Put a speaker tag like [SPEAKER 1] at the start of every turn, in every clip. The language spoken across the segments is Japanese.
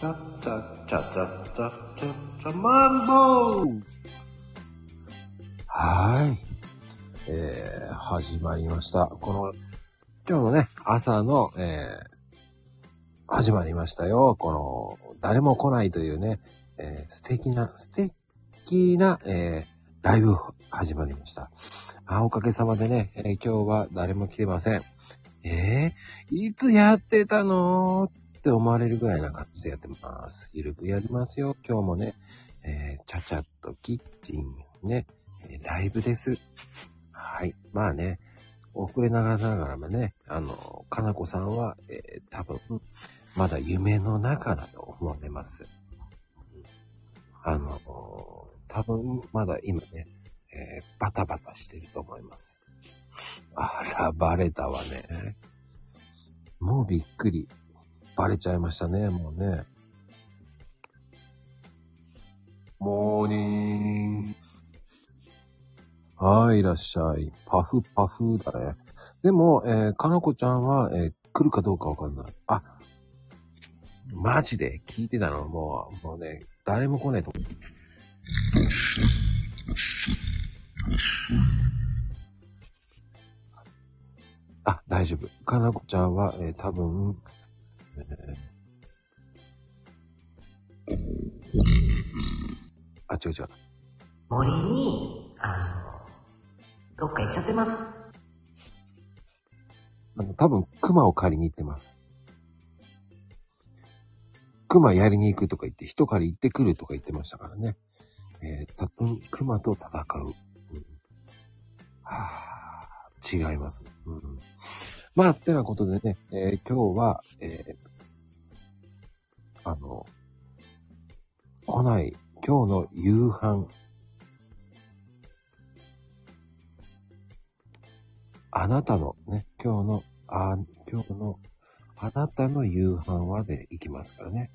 [SPEAKER 1] タッタッタッタッタッタッタマンボウはーい。えー、始まりました。この、今日のね、朝の、えー、始まりましたよ。この、誰も来ないというね、えー素敵な、素敵な、えーライブ始まりました。あ、おかげさまでね、えー今日は誰も来てません。えー、いつやってたのって思われるぐらいな感じでやってます。ゆるくやりますよ。今日もね、えー、ちゃちゃっとキッチンね、えーライブです。はい。まあね、遅れながらもね、あの、かなこさんは、えー多分、まだ夢の中だと思われます。あの、多分、まだ今ね、えーバタバタしてると思います。あら、バレたわね。もうびっくり。バレちゃいましたね、もうね。モーニング。はい、いらっしゃい。パフパフだね。でも、えーかなこちゃんは、えー来るかどうかわかんない。あ、マジで聞いてたのもう、もうね、誰も来ないと思う。あ、大丈夫。かなこちゃんは、えー多分、えーあ、違う違う。
[SPEAKER 2] 森に、あの、どっか行っちゃってます。
[SPEAKER 1] あの、多分、熊を借りに行ってます。熊やりに行くとか言って、人借り行ってくるとか言ってましたからね。えー、たと、熊と戦う。うんはぁ、違います。うん、まあ、てなことでね、えー今日は、えーあの、来ない、今日の夕飯。あなたのね、今日の、あ、今日の、あなたの夕飯はでいきますからね。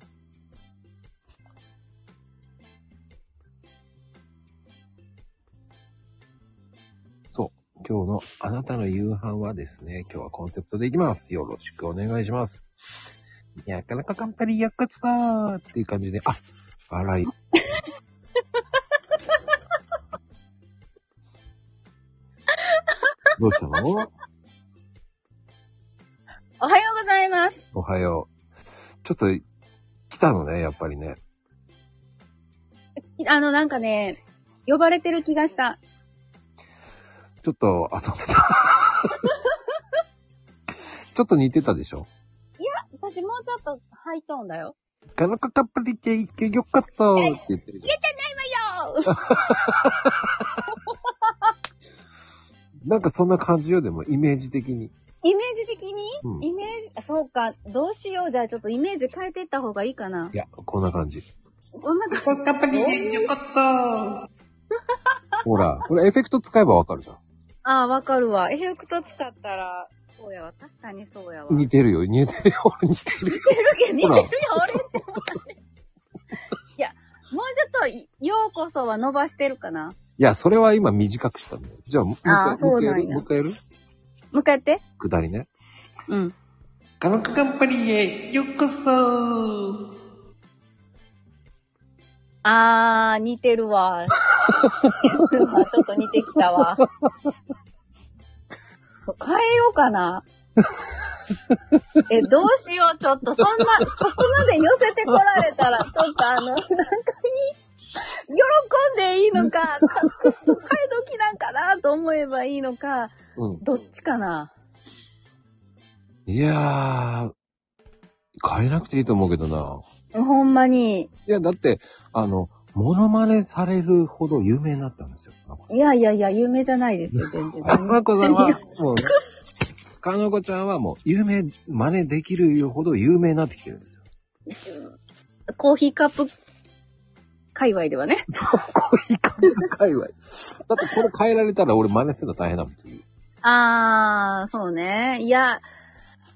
[SPEAKER 1] そう。今日のあなたの夕飯はですね、今日はコンセプトでいきます。よろしくお願いします。やかなかかんぱりやっかつかーっていう感じで、あ、あらい。どうしたの
[SPEAKER 3] おはようございます。
[SPEAKER 1] おはよう。ちょっと、来たのね、やっぱりね。
[SPEAKER 3] あの、なんかね、呼ばれてる気がした。
[SPEAKER 1] ちょっと遊んでた。ちょっと似てたでしょ
[SPEAKER 3] 私もうちょっとハイトーンだよ。
[SPEAKER 1] ガラカカップリケイケよかったーって言ってるじゃん。なんかそんな感じよ、でも、イメージ的に。
[SPEAKER 3] イメージ的に
[SPEAKER 1] うん。い
[SPEAKER 3] イメージ、そうか、どうしよう。じゃあちょっとイメージ変えていった方がいいかな。
[SPEAKER 1] や、こんな感じ。
[SPEAKER 3] こんな感
[SPEAKER 2] やっぱりね、よかった。
[SPEAKER 1] ほら、これエフェクト使えばわかるじゃん。
[SPEAKER 3] ああ、わかるわ。エフェクト使ったら、そうやわ。確かにそうやわ。
[SPEAKER 1] 似てるよ、似てるよ、 似てる。
[SPEAKER 3] 似てる けど、似て
[SPEAKER 1] ほ
[SPEAKER 3] る
[SPEAKER 1] ら
[SPEAKER 3] よ、俺って思って。いや、もうちょっと、ようこそは伸ばしてるかな。
[SPEAKER 1] いや、それは今短くしたんだよ。じゃあ、もう一回、
[SPEAKER 3] あー
[SPEAKER 1] もう一回や
[SPEAKER 3] そうなん
[SPEAKER 1] る
[SPEAKER 3] や
[SPEAKER 1] もう一回やる
[SPEAKER 3] もう一回やって。
[SPEAKER 1] 下りね。
[SPEAKER 3] うん。
[SPEAKER 2] 科学カンパニーへようこそ。
[SPEAKER 3] あー、似てるわ。似てるわちょっと似てきたわ。変えようかな。え、どうしよう、ちょっと、そんな、そこまで寄せてこられたら、ちょっとあの、なんかに、喜んでいいのか、たくそ買い時なんかなと思えばいいのか、
[SPEAKER 1] うん。
[SPEAKER 3] どっちかな。
[SPEAKER 1] いやー、変えなくていいと思うけどな。
[SPEAKER 3] ほんまに。
[SPEAKER 1] いや、だって、あの、モノマネされるほど有名になったんですよ。かのこさ
[SPEAKER 3] いやいやいや、有名じゃないですよ、全 然。
[SPEAKER 1] ん。かのこさんは、もうね、かのこちゃんはもう、有名、真似できるほど有名になってきてるんですよ。
[SPEAKER 3] コーヒーカップ、界隈ではね。
[SPEAKER 1] そう、コーヒーカップ界隈。だってこれ変えられたら俺真似するの大変だもん、次。
[SPEAKER 3] あー、そうね。いや、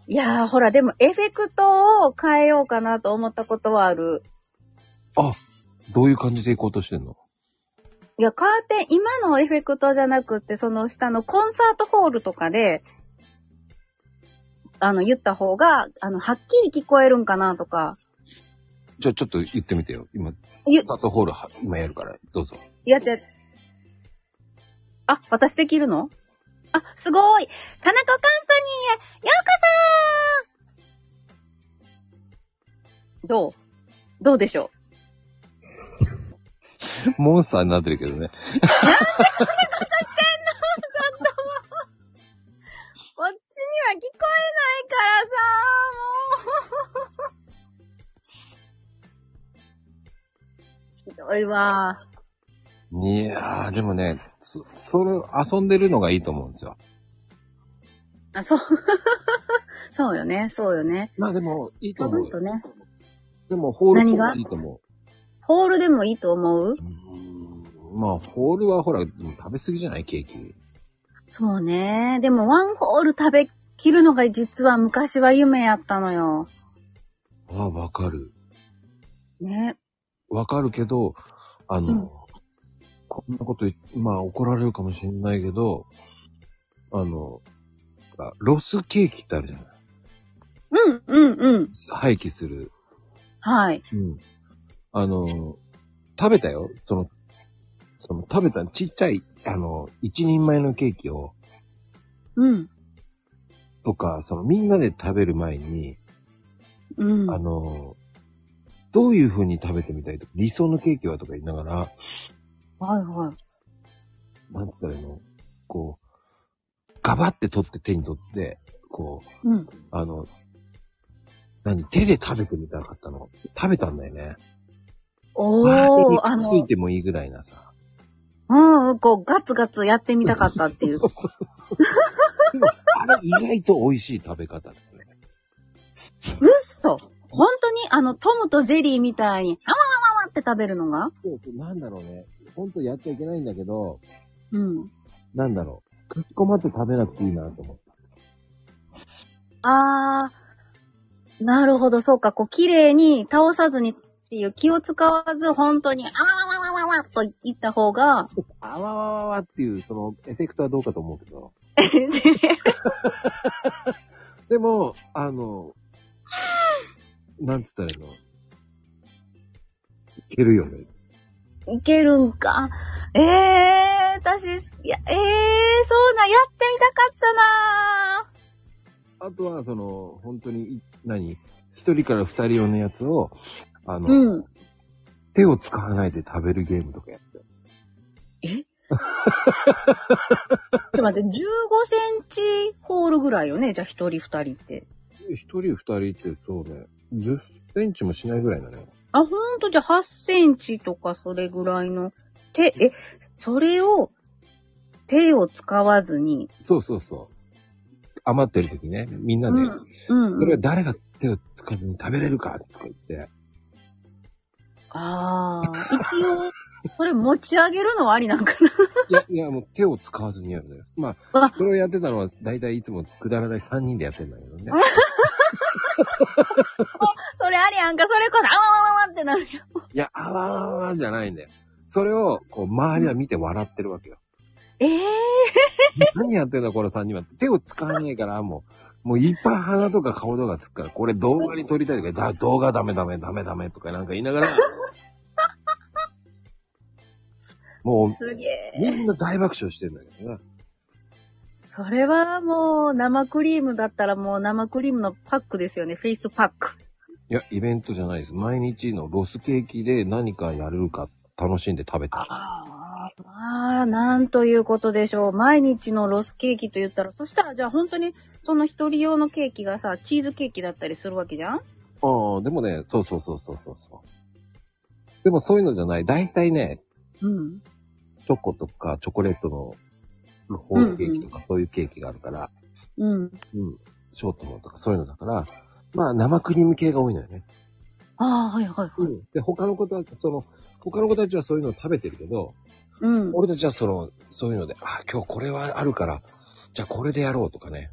[SPEAKER 3] いやー、ほら、でもエフェクトを変えようかなと思ったことはある。
[SPEAKER 1] あ、どういう感じでいこうとしてんの
[SPEAKER 3] いや、カーテン、今のエフェクトじゃなくって、その下のコンサートホールとかで、あの、言った方が、あの、はっきり聞こえるんかなとか。
[SPEAKER 1] じゃあちょっと言ってみてよ。今、ス
[SPEAKER 3] ゆ
[SPEAKER 1] タートホールは今やるから、どうぞ。
[SPEAKER 3] やって。あ、私できるのあ、すごいかなこカンパニーへようこそどうどうでしょ
[SPEAKER 1] モンスターになってるけどね。
[SPEAKER 3] うこっちには聞こえないからさ、もう。ひどいわ。
[SPEAKER 1] いやー、でもね、そ、それ、遊んでるのがいいと思うんですよ。
[SPEAKER 3] あ、そう。 そうよね、そうよね。
[SPEAKER 1] まあでも、いいと
[SPEAKER 3] ほ
[SPEAKER 1] 思うんよ
[SPEAKER 3] と。ね。
[SPEAKER 1] でも、ホール
[SPEAKER 3] 何が
[SPEAKER 1] いいと思
[SPEAKER 3] ホールでもいいと思う
[SPEAKER 1] う。うーんまあ、ホールはほら、でも食べ過ぎじゃないケーキ。
[SPEAKER 3] そうね。でもワンホール食べきるのが実は昔は夢やったのよ。
[SPEAKER 1] ああ、わかる。
[SPEAKER 3] ね。
[SPEAKER 1] わかるけど、あの、
[SPEAKER 3] うん
[SPEAKER 1] こんなこと言っ、まあ怒られるかもしれないけど、あの、あロスケーキってあるじゃない
[SPEAKER 3] うん、うん、うん。
[SPEAKER 1] 廃棄する。
[SPEAKER 3] はい。
[SPEAKER 1] うん。あの、食べたよ。その、その食べたちっちゃい、あの、一人前のケーキを、
[SPEAKER 3] うん。
[SPEAKER 1] とか、そのみんなで食べる前に、
[SPEAKER 3] うん。
[SPEAKER 1] あの、どういう風に食べてみたいとか、理想のケーキはとか言いながら、
[SPEAKER 3] はい、はい。
[SPEAKER 1] なんつったらいいのこう、ガバって取って手に取って、こう、
[SPEAKER 3] うん。
[SPEAKER 1] あの、何手で食べてみたかったの。食べたんだよね。
[SPEAKER 3] おー、
[SPEAKER 1] あ
[SPEAKER 3] あ
[SPEAKER 1] れについ
[SPEAKER 3] の、
[SPEAKER 1] てもいいぐらいなさ。
[SPEAKER 3] うんうん、こう、ガツガツやってみたかったっていう。
[SPEAKER 1] でも、あれ意外と美味しい食べ方だよね。
[SPEAKER 3] 嘘本当に、あの、トムとジェリーみたいに、あわわわわって食べるのが
[SPEAKER 1] そうそう、なんだろうね。ほんとやっちゃいけないんだけど、
[SPEAKER 3] うん。
[SPEAKER 1] なんだろう。かっこまって食べなくていいなと思った。
[SPEAKER 3] あー、なるほど、そうか、こう、綺麗に倒さずにっていう気を使わず、本当に、あわわわわわわと言った方が、
[SPEAKER 1] あわわわわっていう、その、エフェクトはどうかと思うけど。でも、あの、なんつったらいいのいけるよね。
[SPEAKER 3] いけるんか。ええー、私、いや、ええー、そうなん、やってみたかった
[SPEAKER 1] あ
[SPEAKER 3] な
[SPEAKER 1] とは、その、本当に、い何一人から二人用のやつを、あの、
[SPEAKER 3] うん。
[SPEAKER 1] 手を使わないで食べるゲームとかやって。
[SPEAKER 3] ちょっと待って、15センチホールぐらいよね。じゃあ、1人、2人って。
[SPEAKER 1] 一人二人ってそうね、10センチもしないぐらいだね。
[SPEAKER 3] あ、ほんと、じゃあ、8センチとか、それぐらいの。手、え、それを、手を使わずに。
[SPEAKER 1] そうそうそう。余ってる時ね、みんな
[SPEAKER 3] う
[SPEAKER 1] で、
[SPEAKER 3] ん。うん、
[SPEAKER 1] そうれは
[SPEAKER 3] ん。
[SPEAKER 1] 誰が手を使わずに食べれるかとか言って。
[SPEAKER 3] ああ、一応、それ持ち上げるのはありなんか
[SPEAKER 1] いや、
[SPEAKER 3] な。
[SPEAKER 1] いや、もう手を使わずにやるね。まあ
[SPEAKER 3] あ、
[SPEAKER 1] それをやってたのは、だいたいいつもくだらない3人でやってんだけどね。
[SPEAKER 3] それありやんか、それこそ、あわわわわってなるよ。
[SPEAKER 1] いや、あわわわわじゃないんだよ。それを、こう、周りは見て笑ってるわけよ。
[SPEAKER 3] ええー。
[SPEAKER 1] 何やってんだ、この3人は。手を使わねえから、もう、もういっぱい鼻とか顔とかつくから、これ動画に撮りたいとか、だ動画ダメダメダメダメとかなんか言いながら、も
[SPEAKER 3] すげえ。
[SPEAKER 1] う、みんな大爆笑してんだけどね。
[SPEAKER 3] それはもう生クリームだったらもう生クリームのパックですよね。フェイスパック。
[SPEAKER 1] いや、イベントじゃないです。毎日のロスケーキで何かやれるか楽しんで食べた。
[SPEAKER 3] ああ、まあ、なんということでしょう。毎日のロスケーキと言ったら、そしたらじゃあ本当にその一人用のケーキがさ、チーズケーキだったりするわけじゃん
[SPEAKER 1] うん、でもね、そうそうそうそうそうそう。でもそういうのじゃない。大体ね、
[SPEAKER 3] うん。
[SPEAKER 1] チョコとかチョコレートのホールケーキとかそういうケーキがあるから、
[SPEAKER 3] うん。
[SPEAKER 1] うん。ショートのとかそういうのだから、まあ生クリーム系が多いのよね。
[SPEAKER 3] ああ、はいはいはい。
[SPEAKER 1] ん。で、他の子たち、その、他の子たちはそういうのを食べてるけど、
[SPEAKER 3] うん。
[SPEAKER 1] 俺たちはその、そういうので、あ、今日これはあるから、じゃあこれでやろうとかね。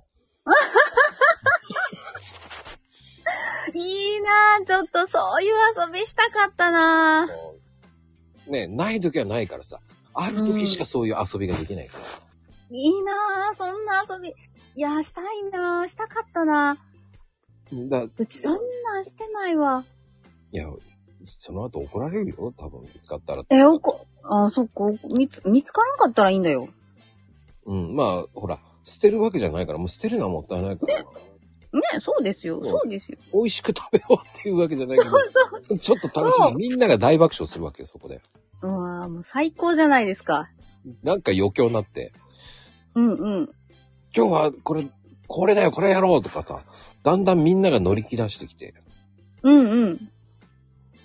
[SPEAKER 3] いいなあちょっとそういう遊びしたかったなあ
[SPEAKER 1] ね、ない時はないからさ、ある時しかそういう遊びができないから。
[SPEAKER 3] いいなあそんな遊び。いやしたいなあしたかったな
[SPEAKER 1] だい
[SPEAKER 3] あうちそんなんしてないわ。
[SPEAKER 1] や、その後怒られるよ、多分、見つかったら。
[SPEAKER 3] え、おこ、あ、そっか、見つ、見つからなかったらいいんだよ。
[SPEAKER 1] うん、まあ、ほら、捨てるわけじゃないから、もう捨てるのはもったいないから、
[SPEAKER 3] ね、そうですよ、
[SPEAKER 1] うん
[SPEAKER 3] そうですよ。
[SPEAKER 1] 美味しく食べようっていうわけじゃない
[SPEAKER 3] そう
[SPEAKER 1] け
[SPEAKER 3] そう。
[SPEAKER 1] ど、ちょっと楽しみ
[SPEAKER 3] そ
[SPEAKER 1] みんなが大爆笑するわけよ、そこで。
[SPEAKER 3] うわーもう最高じゃないですか。
[SPEAKER 1] なんか余興になって、
[SPEAKER 3] うんうん。
[SPEAKER 1] 今日はこれ、これだよ、これやろうとかさ、だんだんみんなが乗り気出してきて、
[SPEAKER 3] うんうん。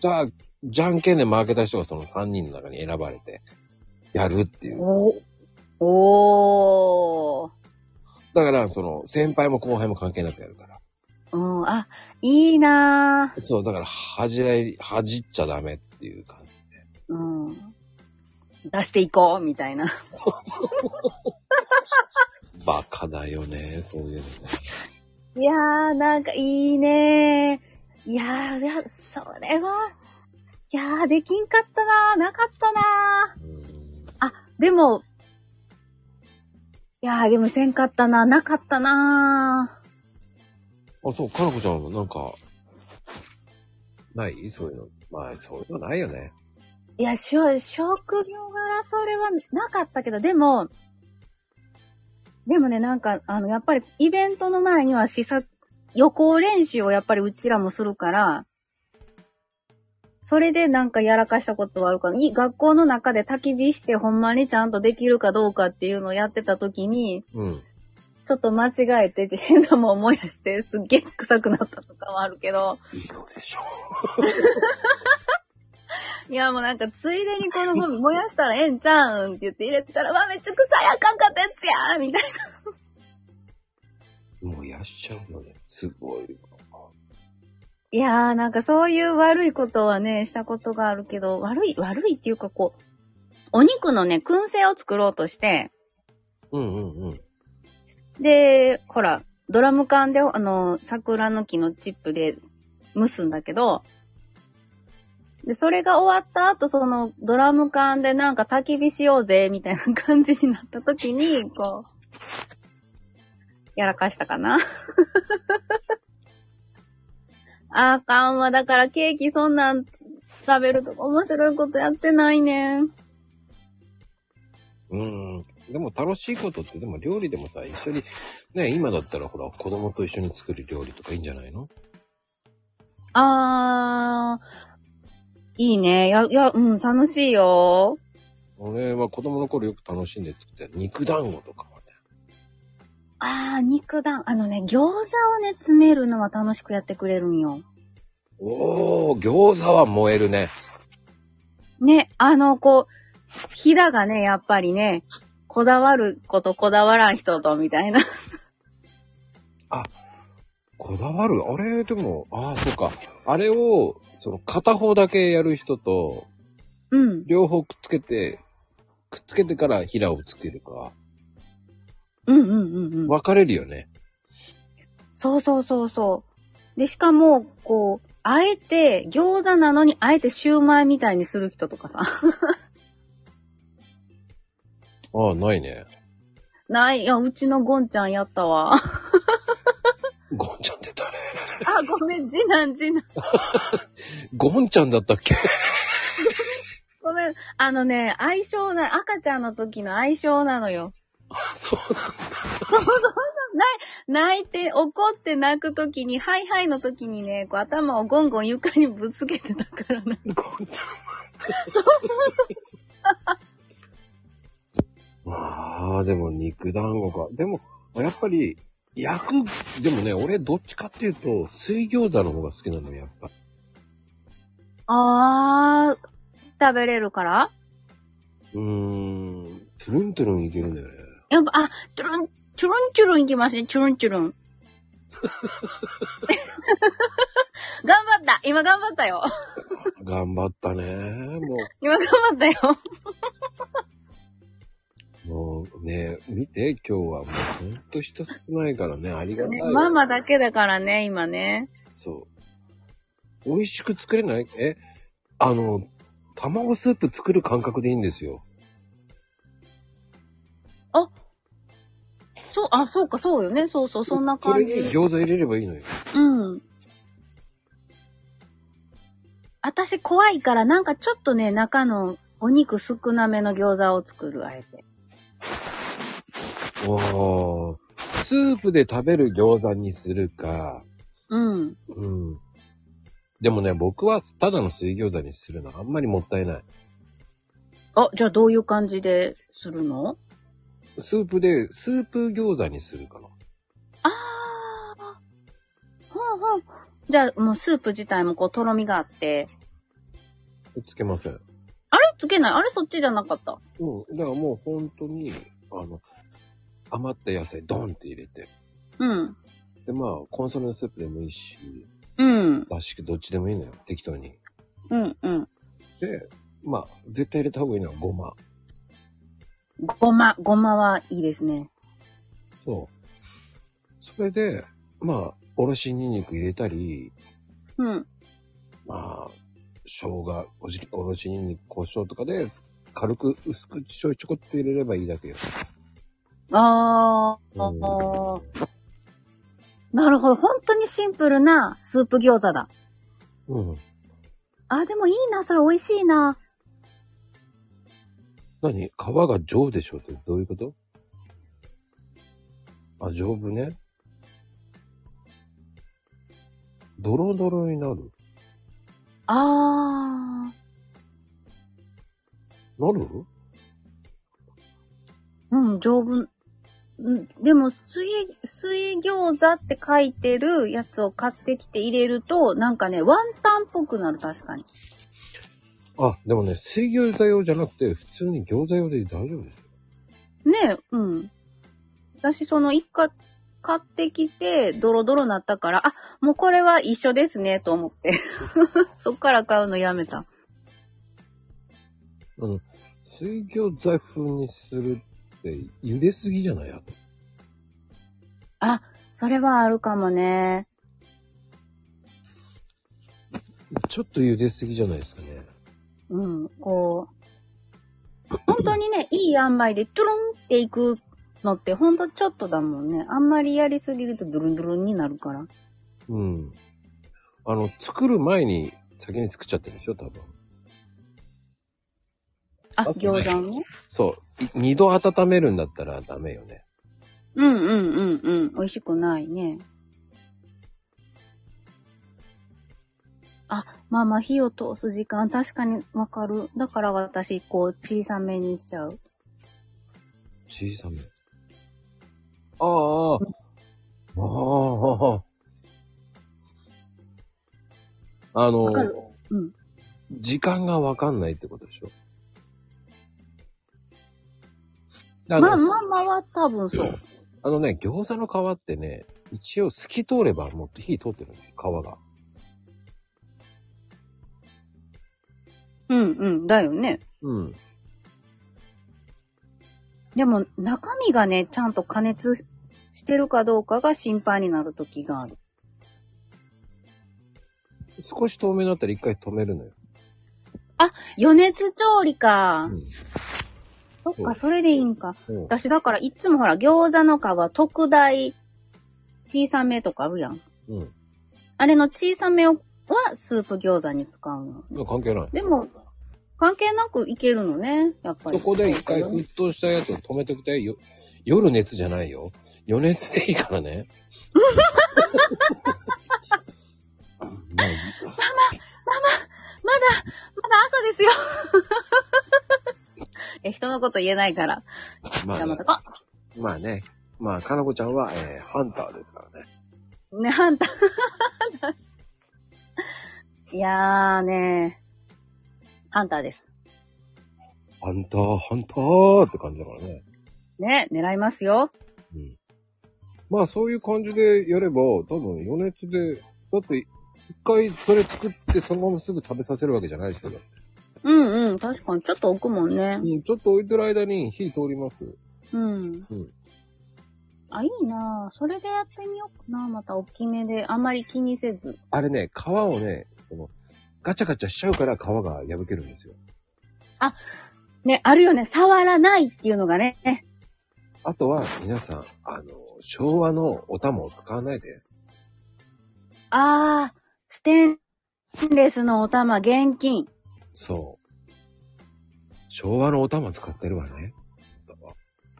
[SPEAKER 1] じゃあ、じゃんけんで負けた人がその3人の中に選ばれて、やるっていう。
[SPEAKER 3] おおー。
[SPEAKER 1] だから、その、先輩も後輩も関係なくやるから。
[SPEAKER 3] うん、あ、いいな
[SPEAKER 1] そう、だから、恥じらい、恥じっちゃダメっていう感じ。
[SPEAKER 3] ーうん。出していこう、みたいな。
[SPEAKER 1] そうそうそう。バカだよね、そういうのね。
[SPEAKER 3] いやー、なんかいいねー。いやー、いやそれは、いやー、できんかったなー、なかったな
[SPEAKER 1] うん
[SPEAKER 3] ー。でも、いやー、でもせんかったな、なかったな
[SPEAKER 1] あ、そう、かなこちゃんはなんか、ないそういうの。まあ、そういうのないよね。
[SPEAKER 3] ー。いや、しょ、職業柄それはなかったけど、でも、でもね、なんか、あの、やっぱりイベントの前には試作、予行練習をやっぱりうちらもするから、それでなんかやらかしたことはあるかな。い学校の中で焚き火してほんまにちゃんとできるかどうかっていうのをやってた時に、
[SPEAKER 1] うん。
[SPEAKER 3] ちょっと間違えてて変なもん燃やしてすっげえ臭くなったとかはあるけど、
[SPEAKER 1] 嘘でしょ。
[SPEAKER 3] いやもうなんかついでにこのゴミ燃やしたらええんちゃうんって言って入れてたら、わ、めっちゃ臭いあかんかったやつやみたいな。
[SPEAKER 1] もうやっちゃうのね。すごい。
[SPEAKER 3] いやーなんかそういう悪いことはね、したことがあるけど、悪い、悪いっていうかこう、お肉のね、燻製を作ろうとして、
[SPEAKER 1] うんうんうん。
[SPEAKER 3] で、ほら、ドラム缶で、あの、桜の木のチップで蒸すんだけど、で、それが終わった後、その、ドラム缶でなんか焚き火しようぜ、みたいな感じになった時に、こう、やらかしたかな。 あーあかんわ。だからケーキそんなん食べるとか面白いことやってないねん。
[SPEAKER 1] うん。でも楽しいことって、でも料理でもさ、一緒に、ね、今だったらほら、子供と一緒に作る料理とかいいんじゃないの
[SPEAKER 3] あー、いいね。や、や、うん、楽しいよ。
[SPEAKER 1] 俺は子供の頃よく楽しんで作ってた肉団子とかはね。
[SPEAKER 3] ああ、肉団、あのね、餃子をね、詰めるのは楽しくやってくれるんよ。
[SPEAKER 1] おー、餃子は燃えるね。
[SPEAKER 3] ね、あの、こう、ひだがね、やっぱりね、こだわることこだわらん人と、みたいな。
[SPEAKER 1] こだわるあれ、でも、ああ、そうか。あれを、その片方だけやる人と、
[SPEAKER 3] うん。
[SPEAKER 1] 両方くっつけて、くっつけてから平をつけるか、
[SPEAKER 3] うんうんうんうん。
[SPEAKER 1] 分かれるよね。
[SPEAKER 3] そうそうそうそう。で、しかも、こう、あえて、餃子なのに、あえてシューマイみたいにする人とかさ。
[SPEAKER 1] ああ、ないね。
[SPEAKER 3] ない、いや、うちのゴンちゃんやったわ。 あ、
[SPEAKER 1] ゴンちゃんって誰
[SPEAKER 3] ごめん、次男、次男。
[SPEAKER 1] ゴンちゃんだったっけ
[SPEAKER 3] ごめん。あのね、相性な、赤ちゃんの時の相性なのよ。
[SPEAKER 1] あ そう
[SPEAKER 3] 泣いて、怒って泣くときに、ハイハイのときにね、こう頭をゴンゴン床にぶつけてたからね。
[SPEAKER 1] だ。ゴンちゃん。 ああ、でも肉団子か。でも、やっぱり、焼く、でもね、俺どっちかっていうと、水餃子の方が好きなの、やっぱ。
[SPEAKER 3] あー、食べれるから
[SPEAKER 1] うーん、トゥルントゥルンいけるんだよね。
[SPEAKER 3] やっぱ、あ、チュルン、チュルンチュルンいきますね、チュルンチュルン。頑張った今頑張ったよ
[SPEAKER 1] 頑張ったね。も
[SPEAKER 3] 今頑張ったよ
[SPEAKER 1] う、もうね、見て、今日はもうほんと人少ないからね、ありがたい。
[SPEAKER 3] ママだけだからね、今ね。
[SPEAKER 1] そう。美味しく作れないえ、あの、卵スープ作る感覚でいいんですよ。
[SPEAKER 3] そう、あ、そうか、そうよね。そうそう、そんな感
[SPEAKER 1] それに
[SPEAKER 3] じ。
[SPEAKER 1] 餃子入れればいいのよ。
[SPEAKER 3] うん。私怖いから、なんかちょっとね、中のお肉少なめの餃子を作る、あえて。
[SPEAKER 1] おースープで食べる餃子にするか、
[SPEAKER 3] うん。
[SPEAKER 1] うん。でもね、僕はただの水餃子にするのあんまりもったいない。
[SPEAKER 3] あ、じゃあどういう感じでするの
[SPEAKER 1] スープで、スープ餃子にするかな。
[SPEAKER 3] ああ。ほんほん。じゃあもうスープ自体もこうとろみがあって。
[SPEAKER 1] つけません。
[SPEAKER 3] あれつけないあれそっちじゃなかった。
[SPEAKER 1] うん。だからもう本当に、あの、余った野菜ドンって入れて。
[SPEAKER 3] うん。
[SPEAKER 1] で、まあ、コンソメのスープでもいいし、
[SPEAKER 3] うん。
[SPEAKER 1] だし、どっちでもいいのよ。適当に。
[SPEAKER 3] うん。うん。
[SPEAKER 1] で、まあ、絶対入れた方がいいのはごま。
[SPEAKER 3] ごま、ごまはいいですね。
[SPEAKER 1] そう。それで、まあ、おろしニンニク入れたり、
[SPEAKER 3] うん。
[SPEAKER 1] まあ、生姜、おじおろしニンニク、胡椒とかで、軽く薄くちょいちょこっと入れればいいだけよ。
[SPEAKER 3] あー
[SPEAKER 1] うん
[SPEAKER 3] あー。なるほど。本当にシンプルなスープ餃子だ。
[SPEAKER 1] うん。
[SPEAKER 3] あ、でもいいな。それ美味しいな。
[SPEAKER 1] 何皮が丈夫でしょうってどういうことあ、丈夫ね。ドロドロになる
[SPEAKER 3] ああ。
[SPEAKER 1] なる
[SPEAKER 3] うん、丈夫。うんでも、水、水餃子って書いてるやつを買ってきて入れると、なんかね、ワンタンっぽくなる、確かに。
[SPEAKER 1] あ、でもね、水餃子用じゃなくて、普通に餃子用で大丈夫ですよ。
[SPEAKER 3] ねえ、うん。私、その一回買ってきて、ドロドロなったから、あ、もうこれは一緒ですね、と思って。 そっから買うのやめた。
[SPEAKER 1] あの、水餃子風にするって、茹ですぎじゃないやと。
[SPEAKER 3] あ、それはあるかもね。
[SPEAKER 1] ちょっと茹ですぎじゃないですかね。
[SPEAKER 3] うん、こう、本当にね、いい塩梅でトゥルンっていくのってほんとちょっとだもんね。あんまりやりすぎるとドゥルンドゥルンになるから。
[SPEAKER 1] うん。あの、作る前に、先に作っちゃってるでしょ、多分。
[SPEAKER 3] あ、
[SPEAKER 1] あそうね
[SPEAKER 3] 餃子をね。
[SPEAKER 1] そう。い二度温めるんだったらダメよね。
[SPEAKER 3] うんうんうんうん。美味しくないね。あ、まあまあ火を通す時間確かにわかる。だから私、こう、小さめにしちゃう。
[SPEAKER 1] 小さめ。ああ、ああ、ああ。あ
[SPEAKER 3] わ
[SPEAKER 1] の
[SPEAKER 3] かる、うん。
[SPEAKER 1] 時間がわかんないってことでしょ。あの、
[SPEAKER 3] まあまあまあは多分そう。
[SPEAKER 1] あのね、餃子の皮ってね、一応透き通ればもっと火通ってるんですよ、皮が。
[SPEAKER 3] うんうん。だよね。
[SPEAKER 1] うん。
[SPEAKER 3] でも中身がね、ちゃんと加熱してるかどうかが心配になる時がある。
[SPEAKER 1] 少し透明になったら一回止めるのよ。
[SPEAKER 3] 余熱調理か。そっ
[SPEAKER 1] そう
[SPEAKER 3] か、それでいいんか。
[SPEAKER 1] うん。うん
[SPEAKER 3] 私だからいつもほら、餃子の皮特大小さめとかあるやん。
[SPEAKER 1] うん。
[SPEAKER 3] あれの小さめをはスープ餃子に使うの。
[SPEAKER 1] まあ関係ない。
[SPEAKER 3] でも、関係なくいけるのね、やっぱり。
[SPEAKER 1] そこで一回沸騰したやつを止めてくれよ。夜熱じゃないよ。余熱でいいからね。まあ
[SPEAKER 3] まだ朝ですよ え、人のこと言えないから。
[SPEAKER 1] ま
[SPEAKER 3] じ
[SPEAKER 1] あ
[SPEAKER 3] ゃあ
[SPEAKER 1] ね
[SPEAKER 3] また、あ、
[SPEAKER 1] まあね。まあ、かなこちゃんは、えーハンターですからね。
[SPEAKER 3] ね、あんた。 いやーねハンターです。
[SPEAKER 1] ハンター、ハンターって感じだからね。
[SPEAKER 3] ね、狙いますよ。
[SPEAKER 1] うん。まあ、そういう感じでやれば、多分余熱で、だって、一回それ作って、そのまますぐ食べさせるわけじゃないですけど。
[SPEAKER 3] うんうん、確かに。ちょっと置くもんね
[SPEAKER 1] う。ん、ちょっと置いてる間に火通ります。
[SPEAKER 3] うん。
[SPEAKER 1] うん
[SPEAKER 3] あ、いいなぁ。それでやってみようかな。また大きめで。あんまり気にせず。
[SPEAKER 1] あれね、皮をね、その、ガチャガチャしちゃうから皮が破けるんですよ。
[SPEAKER 3] ね、あるよね。触らないっていうのがね。ね
[SPEAKER 1] あとは、皆さん、あの、昭和のお玉を使わないで。
[SPEAKER 3] あー、ステンレスのお玉現金。
[SPEAKER 1] そう。昭和のお玉使ってるわね。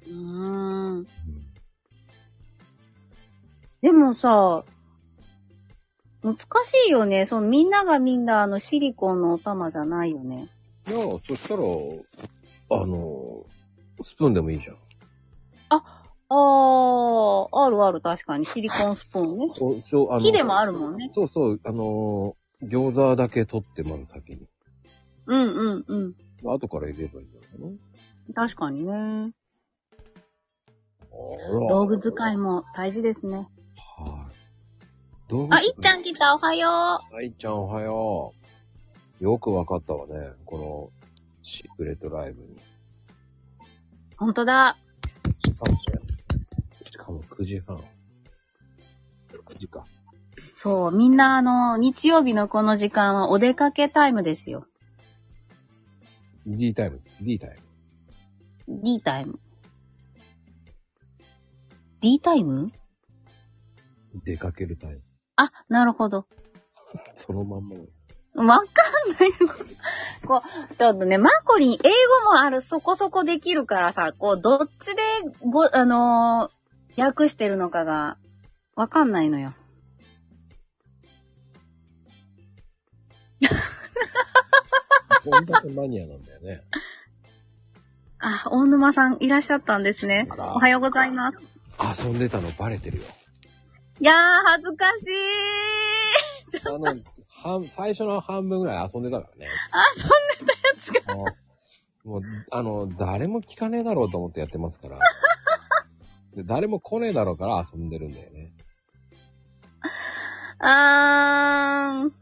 [SPEAKER 3] うーん。
[SPEAKER 1] うん
[SPEAKER 3] でもさ、難しいよね。そう、みんながみんなあのシリコンのお玉じゃないよね。
[SPEAKER 1] いや、そしたら、あの、スプーンでもいいじゃん。
[SPEAKER 3] あー、あるある確かに。シリコンスプーンね。
[SPEAKER 1] おそうあの
[SPEAKER 3] 木でもあるもんね。
[SPEAKER 1] そうそう、あのー餃子だけ取って、まず先に。
[SPEAKER 3] うんうんうん。
[SPEAKER 1] 後から入れればいいんだろうね。
[SPEAKER 3] 確かにね。
[SPEAKER 1] あら
[SPEAKER 3] 道具使いも大事ですね。
[SPEAKER 1] はい。どう
[SPEAKER 3] あ、いっちゃん来た、おはよ
[SPEAKER 1] ん。いっちゃんおはよう。よくわかったわね。この、シークレットライブに。
[SPEAKER 3] う。ほんとだ。
[SPEAKER 1] しかも9時半。9時か。
[SPEAKER 3] そう、みんなあの、日曜日のこの時間はお出かけタイムですよ。
[SPEAKER 1] D タイム、D タイム。
[SPEAKER 3] D タイム。D タイム
[SPEAKER 1] 出かけるタイム。
[SPEAKER 3] あ、なるほど。
[SPEAKER 1] そのまんまだよ
[SPEAKER 3] わかんない。こう、ちょっとね、マコリン、英語もある、そこそこできるからさ、こう、どっちで、ご、あのー訳してるのかが、わかんないのよ。
[SPEAKER 1] こんだけマニアなんだよね。
[SPEAKER 3] あ、大沼さんいらっしゃったんですね。
[SPEAKER 1] あら
[SPEAKER 3] おはようございます。
[SPEAKER 1] 遊んでたのバレてるよ。
[SPEAKER 3] いやー、恥ずかしい。
[SPEAKER 1] あの、半、最初の半分ぐらい遊んでたからね。
[SPEAKER 3] あ、そんな、
[SPEAKER 1] もう、もうあの、誰も聞かねえだろうと思ってやってますから。で誰も来ねえだろうから遊んでるんだよね。
[SPEAKER 3] あーん。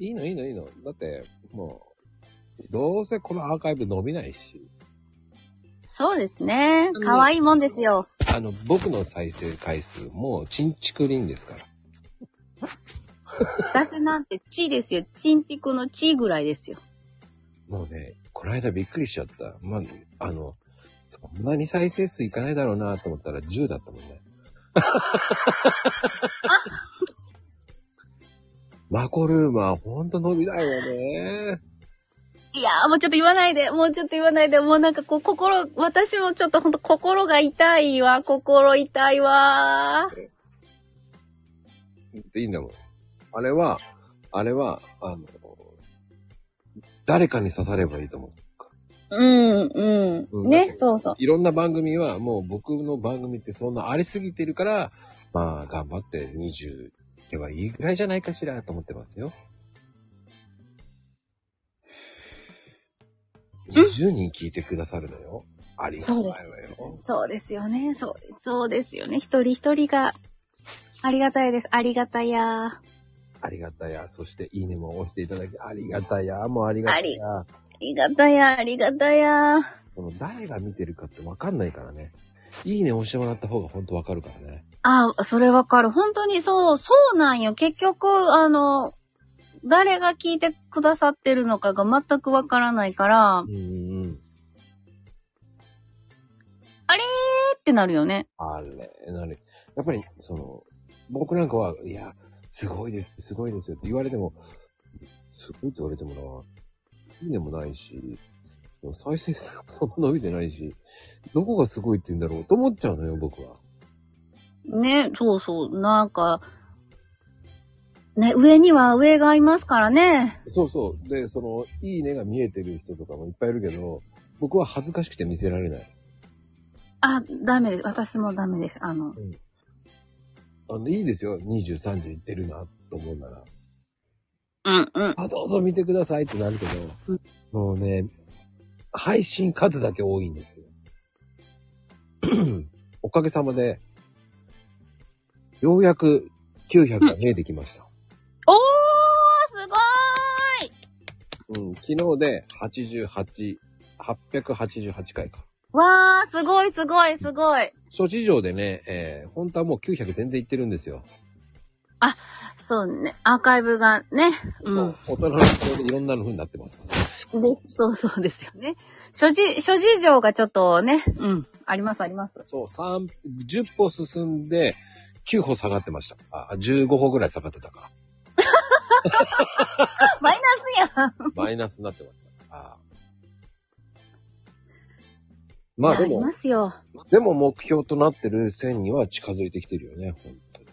[SPEAKER 1] いいのいいのいいの。だって、もう、どうせこのアーカイブ伸びないし、
[SPEAKER 3] そうですね。可愛いもんですよ。
[SPEAKER 1] あの、僕の再生回数、もう、チンチクリンですから。
[SPEAKER 3] 私なんて、チですよ。チンチクのチぐらいですよ。
[SPEAKER 1] もうね、この間びっくりしちゃった。まあ、あの、そんなに再生数いかないだろうなと思ったら10だったもんね。マコルーマーほんと伸びないわね。
[SPEAKER 3] いやー、もうちょっと言わないで、もうちょっと言わないで、もうなんかこう、心、私もちょっとほんと心が痛いわ、心痛いわー。
[SPEAKER 1] いいんだもん。あれは、あれは、あの、誰かに刺さればいいと思う。
[SPEAKER 3] うん、う
[SPEAKER 1] うん
[SPEAKER 3] ん。ね、そうそう。
[SPEAKER 1] いろんな番組はもう僕の番組ってそんなありすぎてるから、まあ頑張って20ではいいぐらいじゃないかしらと思ってますよ。20人聞いてくださるのよ。ありがたいわよ。
[SPEAKER 3] そうですよね、そう、そうですよね。一人一人が、ありがたいです、ありがたやー。
[SPEAKER 1] ありがたや。そしていいねも押していただき、ありがたや。もうありがたや。
[SPEAKER 3] ありがたやー、ありがたやー。
[SPEAKER 1] その誰が見てるかってわかんないからね。いいね押してもらった方が本当わかるからね。
[SPEAKER 3] あ、それわかる。本当にそう、そうなんよ。結局、あの、誰が聞いてくださってるのかが全くわからないから、
[SPEAKER 1] うんうんうん。
[SPEAKER 3] あれーってなるよね。
[SPEAKER 1] あれ、なに、やっぱり、その、僕なんかは、いや、すごいです、すごいですよって言われても、すごいって言われてもな、いいねもないし、再生数もそんな伸びてないし、どこがすごいって言うんだろうと思っちゃうのよ、僕は。
[SPEAKER 3] ね、そうそう、なんか、ね、上には上がいますからね。
[SPEAKER 1] そうそう。で、その、いいねが見えてる人とかもいっぱいいるけど、僕は恥ずかしくて見せられない。
[SPEAKER 3] あ、ダメです。私もダメです。あの、
[SPEAKER 1] あの、いいですよ、23時いってるな、と思うなら。
[SPEAKER 3] うん、うん。
[SPEAKER 1] あ、どうぞ見てくださいってなるけど、もうね、配信数だけ多いんですよ。 おかげさまで、ようやく900が見えてきました。
[SPEAKER 3] おーすごーい
[SPEAKER 1] うん、昨日で88、888回か。
[SPEAKER 3] わー、すごい、すごい、すごい。
[SPEAKER 1] 諸事情でね、えー本当はもう900全然いってるんですよ。
[SPEAKER 3] そうね、アーカイブがね、うん。
[SPEAKER 1] 大人の事情でいろんな風になってます。
[SPEAKER 3] で、そうそうですよね。諸事、諸事情がちょっとね、うん、ありますあります。
[SPEAKER 1] そう、三10歩進んで、9歩下がってました。あ、15歩ぐらい下がってたから。マイナスになってましたから。まあ
[SPEAKER 3] あ
[SPEAKER 1] で
[SPEAKER 3] り
[SPEAKER 1] も
[SPEAKER 3] ま、すよ。
[SPEAKER 1] でも目標となってる線には近づいてきてるよね、本当に。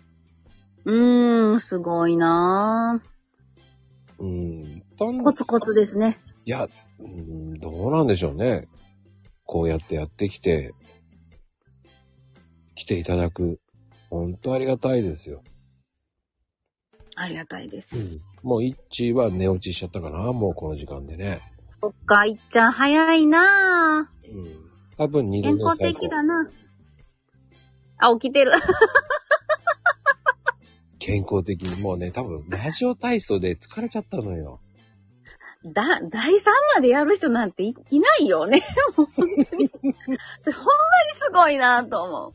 [SPEAKER 3] うーん、すごいなぁ。
[SPEAKER 1] うん、単
[SPEAKER 3] コツコツですね。
[SPEAKER 1] いや、うん、どうなんでしょうね。こうやってやってきて、来ていただく。本当ありがたいですよ。
[SPEAKER 3] ありがたいです。
[SPEAKER 1] もう、イッチーは寝落ちしちゃったかな、もうこの時間でね。
[SPEAKER 3] そっか、いっちゃん早いなぁ。
[SPEAKER 1] うん。多分二度
[SPEAKER 3] 健
[SPEAKER 1] 寝
[SPEAKER 3] 康
[SPEAKER 1] 最高
[SPEAKER 3] 的。だなあ、起きてる。
[SPEAKER 1] 健康的に、もうね、多分、ラジオ体操で疲れちゃったのよ。
[SPEAKER 3] だ、第3話でやる人なんていいないよね。 もう本当に。それほんまにすごいなと思う。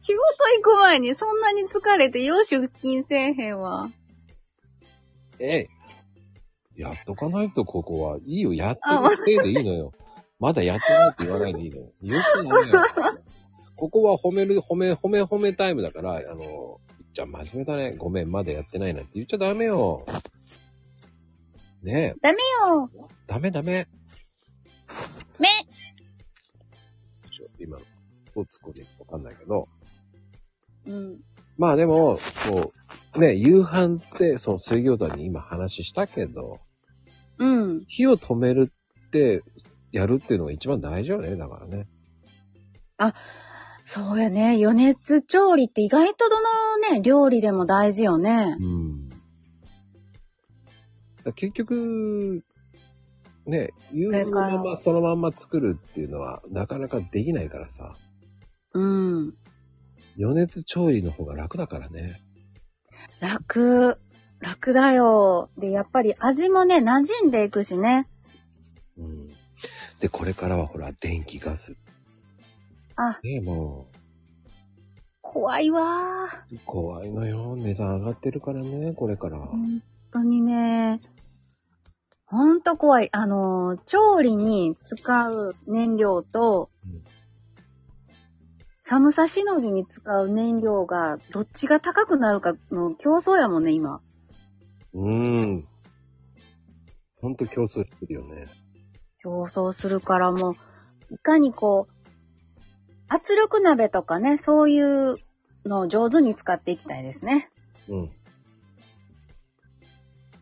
[SPEAKER 3] 仕事行く前にそんなに疲れてよう出勤せえへんわ。
[SPEAKER 1] ええ。やっとかないと、ここは。いいよ、やってる程でいいのよ。まだやってないって言わないでいいのよ。言ってないよ。ここは褒める、褒め、褒め、褒めタイムだから、あの、いっちゃん真面目だね。ごめん、まだやってないなんて言っちゃダメよ。ねえ、
[SPEAKER 3] ダメよ。
[SPEAKER 1] ダメダメ。
[SPEAKER 3] め、
[SPEAKER 1] ちょ今の、どう突っ込んでいいかわかんないけど。
[SPEAKER 3] うん。
[SPEAKER 1] まあでも、こう、ね、夕飯って、その水餃子に今話したけど、
[SPEAKER 3] うん。
[SPEAKER 1] 火を止めるって、やるっていうのが一番大事よね、だからね。
[SPEAKER 3] そうやね。余熱調理って意外とどのね、料理でも大事よね。
[SPEAKER 1] うん。結局、ね、夕飯のま
[SPEAKER 3] これか
[SPEAKER 1] まそのまんま作るっていうのは、なかなかできないからさ、
[SPEAKER 3] うん。
[SPEAKER 1] 余熱調理の方が楽だからね。
[SPEAKER 3] 楽。楽だよ。で、やっぱり味もね、馴染んでいくしね。
[SPEAKER 1] うん。で、これからはほら、電気、ガス。
[SPEAKER 3] あ、
[SPEAKER 1] ね、も
[SPEAKER 3] 怖いわー。
[SPEAKER 1] う、怖いのよ。値段上がってるからね、これから。
[SPEAKER 3] 本当にね、ほんと怖い。あのー、調理に使う燃料と
[SPEAKER 1] うん、
[SPEAKER 3] 寒さしのぎに使う燃料が、どっちが高くなるかの競争やもんね、今。
[SPEAKER 1] うーん。ほんと競争してるよね。
[SPEAKER 3] 競争するからもう、いかにこう、圧力鍋とかね、そういうのを上手に使っていきたいですね。
[SPEAKER 1] うん。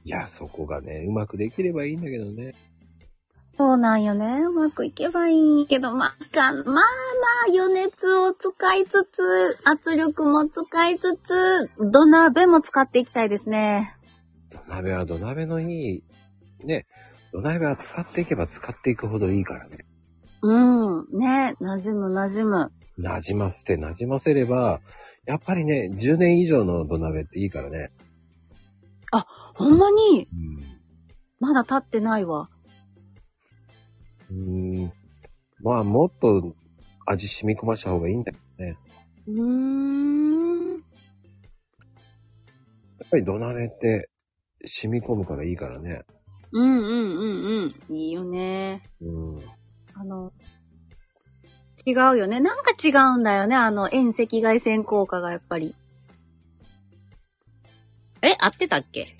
[SPEAKER 1] いや、そこがね、うまくできればいいんだけどね。
[SPEAKER 3] そうなんよね。うまくいけばいいけど、まあ、いかんまあまあ、余熱を使いつつ、圧力も使いつつ、土鍋も使っていきたいですね。
[SPEAKER 1] 土鍋は土鍋のいい、ね、土鍋は使っていけば使っていくほどいいからね。
[SPEAKER 3] うん。ね。馴染む、馴染む。
[SPEAKER 1] 馴染ませて馴染ませれば、やっぱりね、10年以上の土鍋っていいからね。
[SPEAKER 3] ほんまに、
[SPEAKER 1] うん。
[SPEAKER 3] まだ経ってないわ。
[SPEAKER 1] うん。まあ、もっと味染み込ました方がいいんだけどね。
[SPEAKER 3] うーん。
[SPEAKER 1] やっぱり土鍋って染み込むからいいからね。
[SPEAKER 3] うんうんうんうん。いいよね。
[SPEAKER 1] うん。
[SPEAKER 3] あの、違うよね。なんか違うんだよね。あの、遠赤外線効果がやっぱり。え、合ってたっけ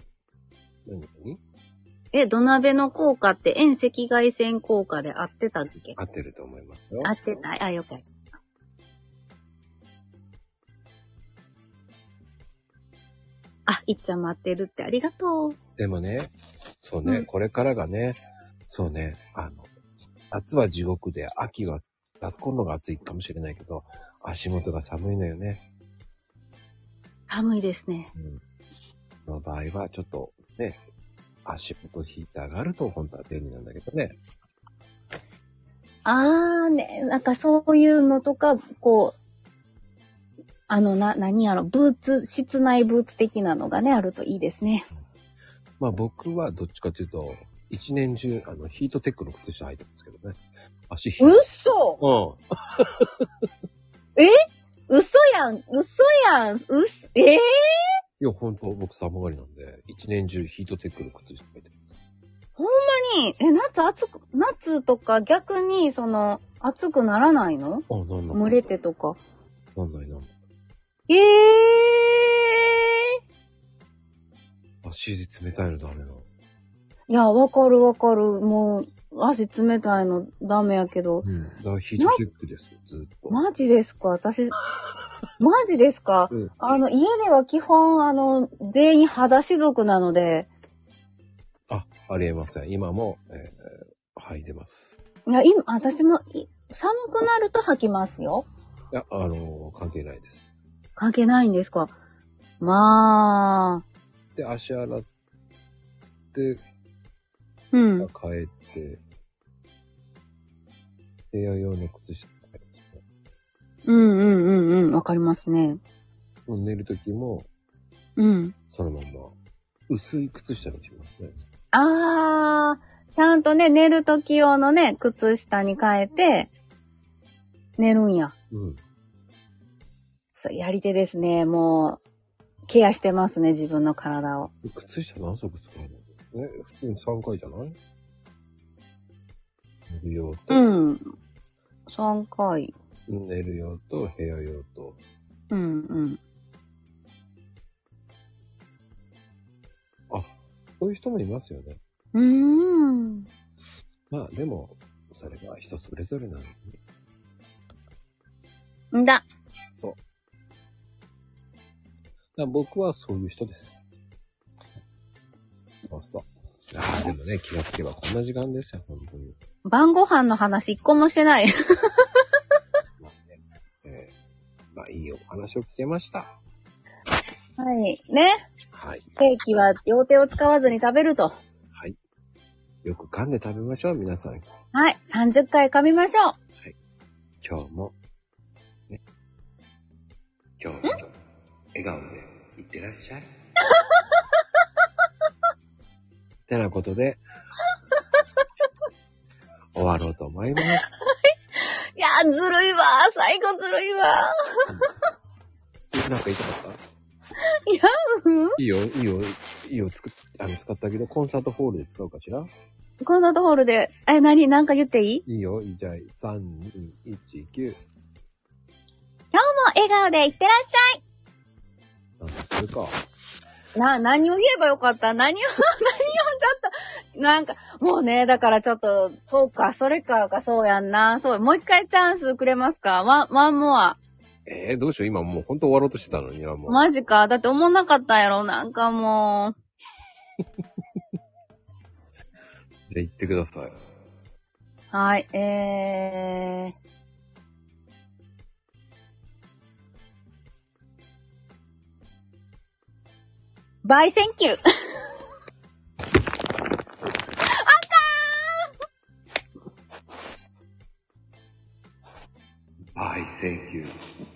[SPEAKER 1] 何何
[SPEAKER 3] え、土鍋の効果って遠赤外線効果で合ってたっけ
[SPEAKER 1] 合ってると思いますよ。
[SPEAKER 3] 合ってたあ、よかった。あ、いっちゃん待ってるってありがとう。
[SPEAKER 1] でもね、そうね、
[SPEAKER 3] うん
[SPEAKER 1] これからがね、そうね、あの、夏は地獄で、秋はガスコンロが暑いかもしれないけど、足元が寒いのよね。
[SPEAKER 3] 寒いですね。
[SPEAKER 1] うん。その場合は、ちょっとね、足元ヒーターがあると本当は便利なんだけどね。
[SPEAKER 3] あーね、なんかそういうのとか、こう、あの、な、何やろ、ブーツ、室内ブーツ的なのがね、あるといいですね。
[SPEAKER 1] まあ僕はどっちかというと、一年中、あの、ヒートテックの靴下履いてるんですけどね。足ヒー
[SPEAKER 3] 嘘
[SPEAKER 1] ト。うん。
[SPEAKER 3] 嘘やん嘘やんうす、えー
[SPEAKER 1] いや、本当僕寒がりなんで、一年中ヒートテックの靴下履いてる。
[SPEAKER 3] に、え、夏暑く、夏とか逆に、その、暑くならないの
[SPEAKER 1] あ、なんない。
[SPEAKER 3] 蒸れてとか。
[SPEAKER 1] なんないなんない。
[SPEAKER 3] ええ
[SPEAKER 1] 足冷たいのダメなの。
[SPEAKER 3] ー、いや、わかるわかる。もう、足冷たいのダメやけど。
[SPEAKER 1] うん。だからヒートテックですよ、ずっと。
[SPEAKER 3] マジですか私、マジですか
[SPEAKER 1] うん。
[SPEAKER 3] あの、家では基本、あの、全員裸足族なので、
[SPEAKER 1] あ、ありえません。今も、えー、履いてます。
[SPEAKER 3] いや、今、私も、い寒くなると吐きますよ。
[SPEAKER 1] いや、あのー関係ないです。
[SPEAKER 3] 関係ないんですかまあ、
[SPEAKER 1] で、足洗って、
[SPEAKER 3] うん。
[SPEAKER 1] 帰って、部屋用の靴下履いてますね
[SPEAKER 3] うんうんうんうん。わかりますね。
[SPEAKER 1] もう寝るときも、
[SPEAKER 3] うん。
[SPEAKER 1] そのまんま、薄い靴下にしますね。
[SPEAKER 3] あー、ちゃんとね、寝る時用のね、靴下に変えて、寝るんや。
[SPEAKER 1] うん。
[SPEAKER 3] そうやり手ですね。もう、ケアしてますね、自分の体を。
[SPEAKER 1] 靴下何足使うのね、普通に3回じゃない寝る用と、
[SPEAKER 3] うん。3回。
[SPEAKER 1] 寝る用と、部屋用と。
[SPEAKER 3] うんうん。
[SPEAKER 1] あ、そういう人もいますよね。
[SPEAKER 3] うーん。
[SPEAKER 1] まあ、でも、それが人それぞれなのに。
[SPEAKER 3] んだ。
[SPEAKER 1] そう。だから僕はそういう人です。そうそう。ああ、でもね、気がつけばこんな時間ですよ、本当に。
[SPEAKER 3] 晩ご飯の話一個もしてない。
[SPEAKER 1] まあね、えー、まあいいお話を聞けました。
[SPEAKER 3] はい。ね。
[SPEAKER 1] はい。
[SPEAKER 3] ケーキは両手を使わずに食べると。
[SPEAKER 1] はい。よく噛んで食べましょう、皆さん。
[SPEAKER 3] はい。30回噛みましょう。
[SPEAKER 1] 今日も、ね。今日も、笑顔で、いってらっしゃい。 てなことで、終わろうと思います。
[SPEAKER 3] いやー、ずるいわー。最後ずるいわ
[SPEAKER 1] なんか言いたかっ
[SPEAKER 3] ー。いや、うん。
[SPEAKER 1] たいいよ、いいよ、いいよ、作っ、あの、使ったけど、コンサートホールで使うかしら
[SPEAKER 3] こんなところで、え、なに、なんか言っていい
[SPEAKER 1] いいよ、いいじゃあ、3、2、1、9。
[SPEAKER 3] もう笑顔でいってらっし
[SPEAKER 1] なんだ、それか。
[SPEAKER 3] ゃい。な、何を言えばよかった何を、何 をちょっと、なんか、もうね、だからちょっと、そうか、それかが、そうやんな。そう、もう一回チャンスくれますかワン、ワンモア。
[SPEAKER 1] えー、どうしよう、今もうほんと終わろうとしてたのにな、もう。
[SPEAKER 3] マジか。だって思んなかったんやろ。なんかも
[SPEAKER 1] じゃあ、行ってください。
[SPEAKER 3] う。はい、えー。バイセンキュ ー
[SPEAKER 1] はい、センキュー。